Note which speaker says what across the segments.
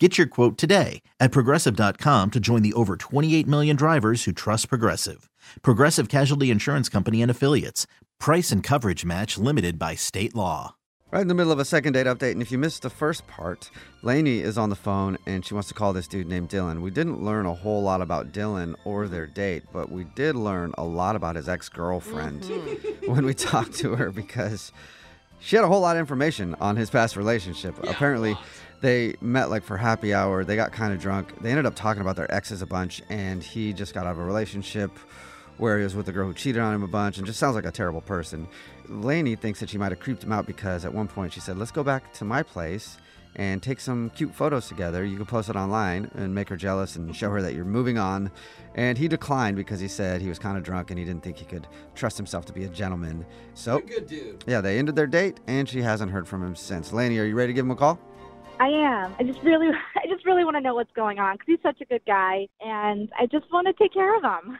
Speaker 1: Get your quote today at progressive.com to join the over 28 million drivers who trust Progressive. Progressive Casualty Insurance Company and Affiliates. Price and coverage match limited by state law.
Speaker 2: Right in the middle of a second date update, and if you missed the first part, Lainey is on the phone and she wants to call this dude named Dylan. We didn't learn a whole lot about Dylan or their date, but we did learn a lot about his ex girlfriend when we talked to her because she had a whole lot of information on his past relationship. Apparently, they met like for happy hour, they got kind of drunk, they ended up talking about their exes a bunch, and he just got out of a relationship. Where he was with the girl who cheated on him a bunch and just sounds like a terrible person. Lainey thinks that she might have creeped him out because at one point she said, Let's go back to my place and take some cute photos together. You can post it online and make her jealous and show her that you're moving on. And he declined because he said he was kind of drunk and he didn't think he could trust himself to be a gentleman. So,
Speaker 3: Good dude.
Speaker 2: yeah, they ended their date and she hasn't heard from him since. Lainey, are you ready to give him a call?
Speaker 4: I am. I just really, I just really want to know what's going on because he's such a good guy, and I just want to take care of him.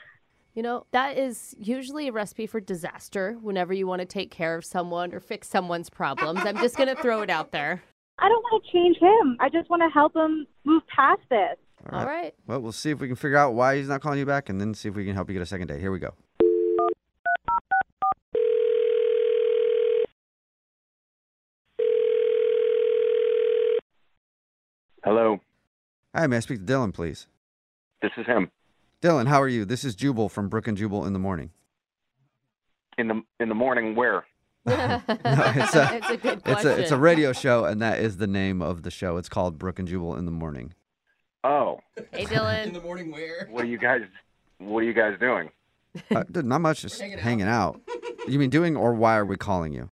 Speaker 5: You know, that is usually a recipe for disaster whenever you want to take care of someone or fix someone's problems. I'm just going to throw it out there.
Speaker 4: I don't want to change him. I just want to help him move past this.
Speaker 5: All right.
Speaker 2: Well, we'll see if we can figure out why he's not calling you back and then see if we can help you get a second date. Here we go.
Speaker 6: Hello,
Speaker 2: Hi, may I speak to Dylan, please?
Speaker 6: this is him.
Speaker 2: Dylan, how are you? This is Jubal from Brook and Jubal in the morning.
Speaker 6: In the in the morning, where?
Speaker 2: it's a-
Speaker 5: It's a good question.
Speaker 2: It's a it's a radio show, and that is the name of the show. It's called Brook and Jubal in the morning.
Speaker 6: Oh,
Speaker 5: Hey,
Speaker 3: In
Speaker 5: Dylan.
Speaker 3: the morning where?
Speaker 6: what are you guys? What are you guys doing?
Speaker 2: Uh, dude, not much, just hanging out. You mean doing, or why are we calling you?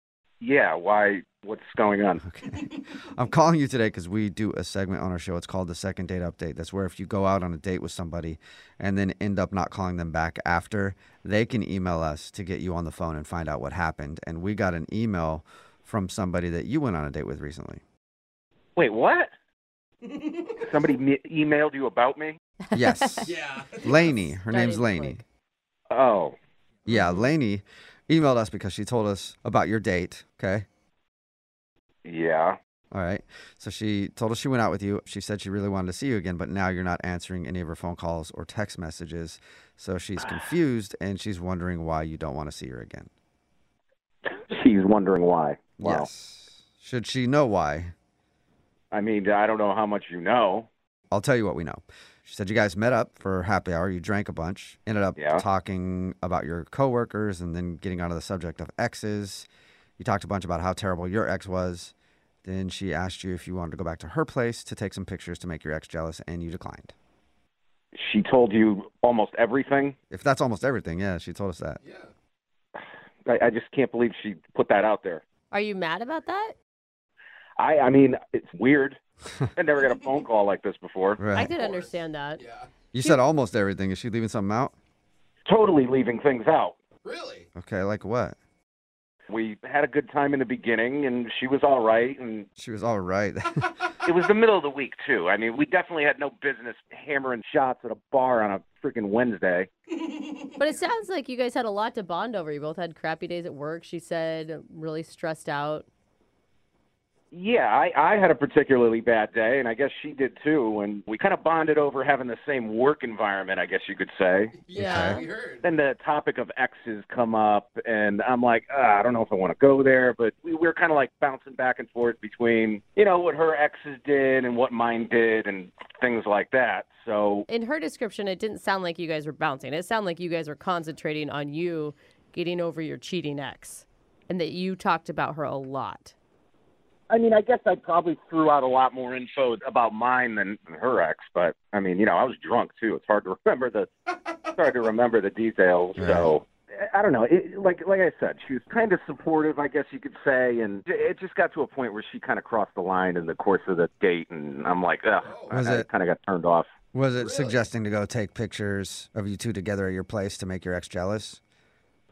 Speaker 6: Yeah, why? What's going on?
Speaker 2: Okay, I'm calling you today because we do a segment on our show. It's called the Second Date Update. That's where if you go out on a date with somebody and then end up not calling them back after, they can email us to get you on the phone and find out what happened. And we got an email from somebody that you went on a date with recently.
Speaker 6: Wait, what? Somebody me- emailed you about me?
Speaker 2: Yes,
Speaker 3: Yeah.
Speaker 2: Lainey. Her name's
Speaker 5: Starting
Speaker 2: Lainey.
Speaker 5: quick.
Speaker 6: Oh,
Speaker 2: Yeah, Lainey emailed us because she told us about your date. Okay.
Speaker 6: yeah.
Speaker 2: All right. So she told us she went out with you. She said she really wanted to see you again, but now you're not answering any of her phone calls or text messages. So she's confused and she's wondering why you don't want to see her again.
Speaker 6: She's wondering why. Wow.
Speaker 2: Yes. Should she know why?
Speaker 6: I mean, I don't know how much you know.
Speaker 2: I'll tell you what we know. She said you guys met up for happy hour. You drank a bunch, ended up
Speaker 6: Yeah.
Speaker 2: talking about your coworkers and then getting onto the subject of exes. You talked a bunch about how terrible your ex was. Then she asked you if you wanted to go back to her place to take some pictures to make your ex jealous, and you declined.
Speaker 6: She told you almost everything.
Speaker 2: If that's almost everything, yeah, she told us that.
Speaker 3: Yeah.
Speaker 6: I, I just can't believe she put that out there.
Speaker 5: Are you mad about that?
Speaker 6: I I mean, it's weird. I never got a phone call like this before.
Speaker 5: I
Speaker 2: Right.
Speaker 5: could understand that.
Speaker 3: Yeah.
Speaker 2: You said almost everything. Is she leaving something out?
Speaker 6: Totally leaving things out.
Speaker 3: Really?
Speaker 2: Okay, like what?
Speaker 6: We had a good time in the beginning, and she was all right, and
Speaker 2: She was all right.
Speaker 6: It was the middle of the week too. I mean, we definitely had no business hammering shots at a bar on a freaking Wednesday.
Speaker 5: But it sounds like you guys had a lot to bond over. You both had crappy days at work. She said, really stressed out.
Speaker 6: Yeah, I, I had a particularly bad day, and I guess she did too. And we kind of bonded over having the same work environment, I guess you could say.
Speaker 3: Yeah.
Speaker 5: Okay.
Speaker 3: We heard.
Speaker 6: Then the topic of exes come up, and I'm like, ah, I don't know if I want to go there, but we were kind of like bouncing back and forth between, you know, what her exes did and what mine did, and things like that. So
Speaker 5: In her description, it didn't sound like you guys were bouncing. It sounded like you guys were concentrating on you getting over your cheating ex and that you talked about her a lot.
Speaker 6: I mean, I guess I probably threw out a lot more info about mine than her ex, but I mean, you know, I was drunk too. It's hard to remember the it's hard to remember the details. So I don't know. It, like like I said, she was kind of supportive, I guess you could say, and it just got to a point where she kind of crossed the line in the course of the date, and I'm like, ugh,
Speaker 3: Oh.
Speaker 6: I,
Speaker 2: Was
Speaker 6: I
Speaker 2: it-
Speaker 6: kind of got turned off.
Speaker 2: was it suggesting to go take pictures of you two together at your place to make your ex jealous?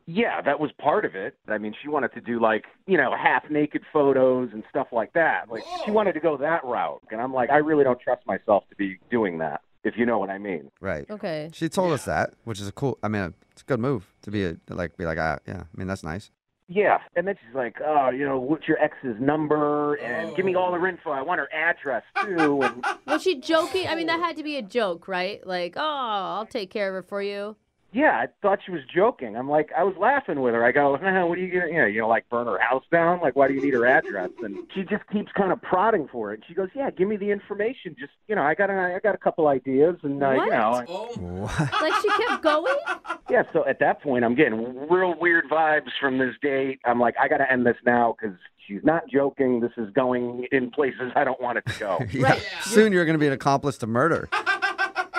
Speaker 6: Yeah, that was part of it. I mean, she wanted to do like, you know, half naked photos and stuff like that. Like she wanted to go that route. And I'm like, I really don't trust myself to be doing that, if you know what I mean.
Speaker 2: Right.
Speaker 5: Okay.
Speaker 2: She told us that, which is a cool. I mean, it's a good move to be a, like be like, ah, yeah. I mean, that's nice.
Speaker 6: Yeah. And then she's like, Oh, you know, what's your ex's number? And give me all her info. I want her address too and
Speaker 5: Was she joking? I mean, that had to be a joke, right? Like, oh, I'll take care of her for you.
Speaker 6: yeah, I thought she was joking. I'm like, I was laughing with her. I go, "Huh, what are you gonna, you know, you know, like burn her house down? Like, why do you need her address? And she just keeps kind of prodding for it. She goes, yeah, give me the information. Just, you know, I got, an, I got a couple ideas, and uh,
Speaker 5: What?
Speaker 6: you know,
Speaker 3: Oh,
Speaker 2: What?
Speaker 5: Like she kept going.
Speaker 6: yeah. So at that point, I'm getting real weird vibes from this date. I'm like, I got to end this now because she's not joking. This is going in places I don't want it to go.
Speaker 2: Yeah. Soon you're going to be an accomplice to murder.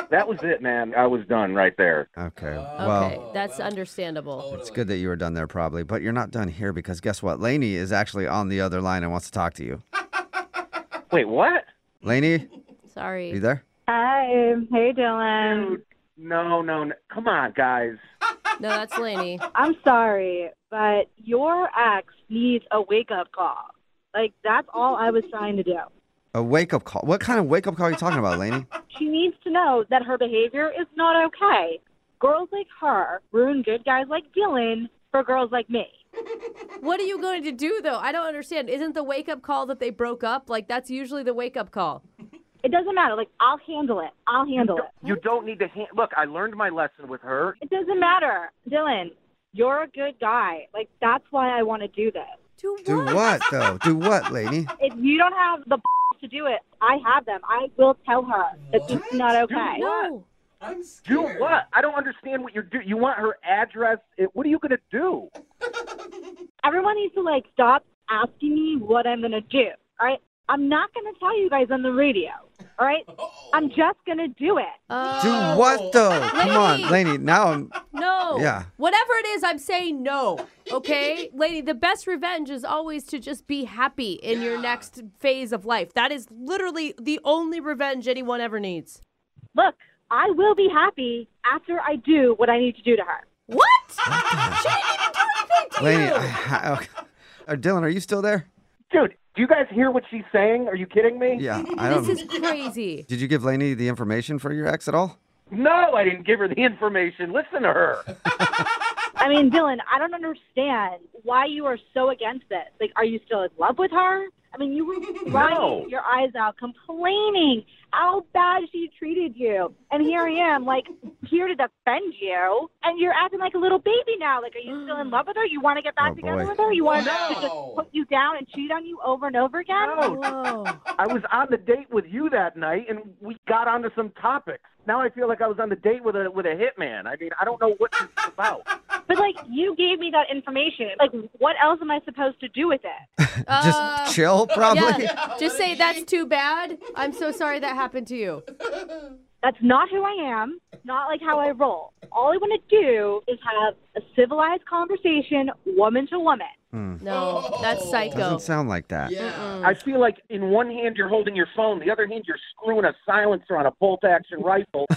Speaker 6: that was it, man. I was done right there.
Speaker 2: Okay.
Speaker 5: Okay,
Speaker 2: Well,
Speaker 5: that's understandable.
Speaker 2: it's good that you were done there, probably, but you're not done here because guess what? Lainey is actually on the other line and wants to talk to you.
Speaker 6: Wait, what?
Speaker 2: Lainey, you
Speaker 5: Sorry.
Speaker 2: there?
Speaker 4: Hi. Hey, Dylan.
Speaker 6: Dude, no, no, no. Come on, guys.
Speaker 5: No, that's Lainey.
Speaker 4: I'm sorry, but your ex needs a wake up call. Like, that's all I was trying to do.
Speaker 2: A wake up call. What kind of wake up call are you talking about, Lainey?
Speaker 4: She needs to know that her behavior is not okay. Girls like her ruin good guys like Dylan for girls like me.
Speaker 5: What are you going to do though? I don't understand. Isn't the wake up call that they broke up? Like that's usually the wake up call.
Speaker 4: It doesn't matter. Like, I'll handle it. I'll handle it.
Speaker 6: You don't need to hand- look. I learned my lesson with her.
Speaker 4: It doesn't matter. Dylan, you're a good guy. Like, that's why I want to do this.
Speaker 5: Do what?
Speaker 2: Do what, though? Do what, Lainey?
Speaker 4: If you don't have the to do it, I have them. I will tell her that it's not okay.
Speaker 5: No.
Speaker 3: I'm
Speaker 6: Do
Speaker 3: scared.
Speaker 6: what? I don't understand what you're doing. You want her address? It, what are you gonna do?
Speaker 4: Everyone needs to, like, stop asking me what I'm going to do. All right? I'm not going to tell you guys on the radio. All right? I'm just going to do it.
Speaker 5: Uh,
Speaker 2: Do what, though? Come on,
Speaker 5: Lainey.
Speaker 2: Lainey. Now I'm.
Speaker 5: no.
Speaker 2: Yeah.
Speaker 5: Whatever it is, I'm saying no. Okay, Lainey. The best revenge is always to just be happy in your next phase of life. That is literally the only revenge anyone ever needs.
Speaker 4: Look, I will be happy after I do what I need to do to her.
Speaker 5: What? she didn't even do anything to
Speaker 2: Lainey,
Speaker 5: you.
Speaker 2: I, I, okay. Uh, Dylan, are you still there?
Speaker 6: Dude, do you guys hear what she's saying? Are you kidding me?
Speaker 2: Yeah, I
Speaker 5: this
Speaker 2: don't.
Speaker 5: is crazy.
Speaker 2: Did you give Lainey the information for your ex at all?
Speaker 6: No, I didn't give her the information. Listen to her.
Speaker 4: I mean, Dylan, I don't understand why you are so against this. Like, are you still in love with her? I mean, you were crying
Speaker 6: No.
Speaker 4: your eyes out, complaining how bad she treated you. And here I am, like, here to defend you. And you're acting like a little baby now. Like, are you still in love with her? You want to get back
Speaker 2: Oh,
Speaker 4: together
Speaker 2: boy.
Speaker 4: with her? You want
Speaker 3: No.
Speaker 4: her to just put you down and cheat on you over and over again?
Speaker 6: No,
Speaker 5: Whoa.
Speaker 6: I was on the date with you that night, and we got onto some topics. Now I feel like I was on the date with a with a hitman. I mean, I don't know what this is about.
Speaker 4: But, like, you gave me that information. Like, what else am I supposed to do with it?
Speaker 5: Uh,
Speaker 2: Just chill, probably.
Speaker 5: Yeah. Just say that's too bad. I'm so sorry that happened to you.
Speaker 4: That's not who I am, not like how I roll. All I want to do is have a civilized conversation, woman to woman.
Speaker 5: No, that's psycho. Mm.
Speaker 2: Doesn't sound like that.
Speaker 3: Yeah.
Speaker 6: I feel like in one hand you're holding your phone, the other hand you're screwing a silencer on a bolt action rifle.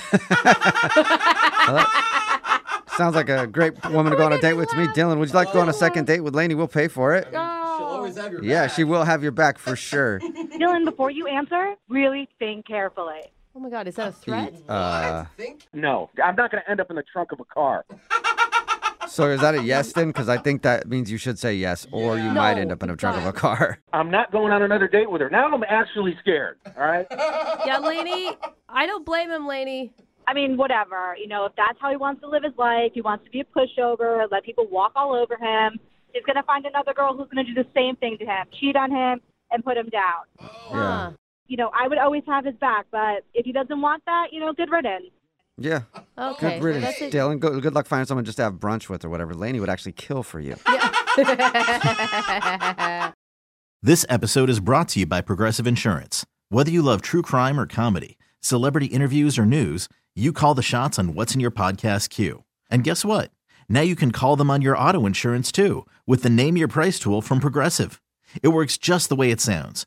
Speaker 2: Sounds like a great woman to go on a date with to me. Dylan, would you like to go
Speaker 5: Oh.
Speaker 2: on a second date with Lainey? We'll pay for it.
Speaker 5: Uh,
Speaker 3: She'll always have your
Speaker 2: Yeah,
Speaker 3: back.
Speaker 2: she will have your back for sure.
Speaker 4: Dylan, before you answer, really think carefully.
Speaker 5: Oh my god, is that a threat?
Speaker 2: Uh,
Speaker 3: Think
Speaker 6: No, I'm not going to end up in the trunk of a car.
Speaker 2: so is that a yes then? Because I think that means you should say yes, or you might end up in a trunk of a car.
Speaker 6: I'm not going on another date with her. Now I'm actually scared. All right.
Speaker 5: Yeah, Lainey. I don't blame him, Lainey.
Speaker 4: I mean, whatever. You know, if that's how he wants to live his life, he wants to be a pushover, let people walk all over him. He's going to find another girl who's going to do the same thing to him, cheat on him, and put him down.
Speaker 2: Yeah.
Speaker 4: You know, I would always have his back, but if he doesn't want that, you know, good riddance.
Speaker 2: Yeah.
Speaker 5: Huh. Okay.
Speaker 2: Good riddance,
Speaker 5: that's a-
Speaker 2: Dylan. Go, good luck finding someone just to have brunch with or whatever. Lainey would actually kill for you.
Speaker 1: This episode is brought to you by Progressive Insurance. Whether you love true crime or comedy, celebrity interviews or news, you call the shots on what's in your podcast queue. And guess what? Now you can call them on your auto insurance too with the Name Your Price tool from Progressive. It works just the way it sounds.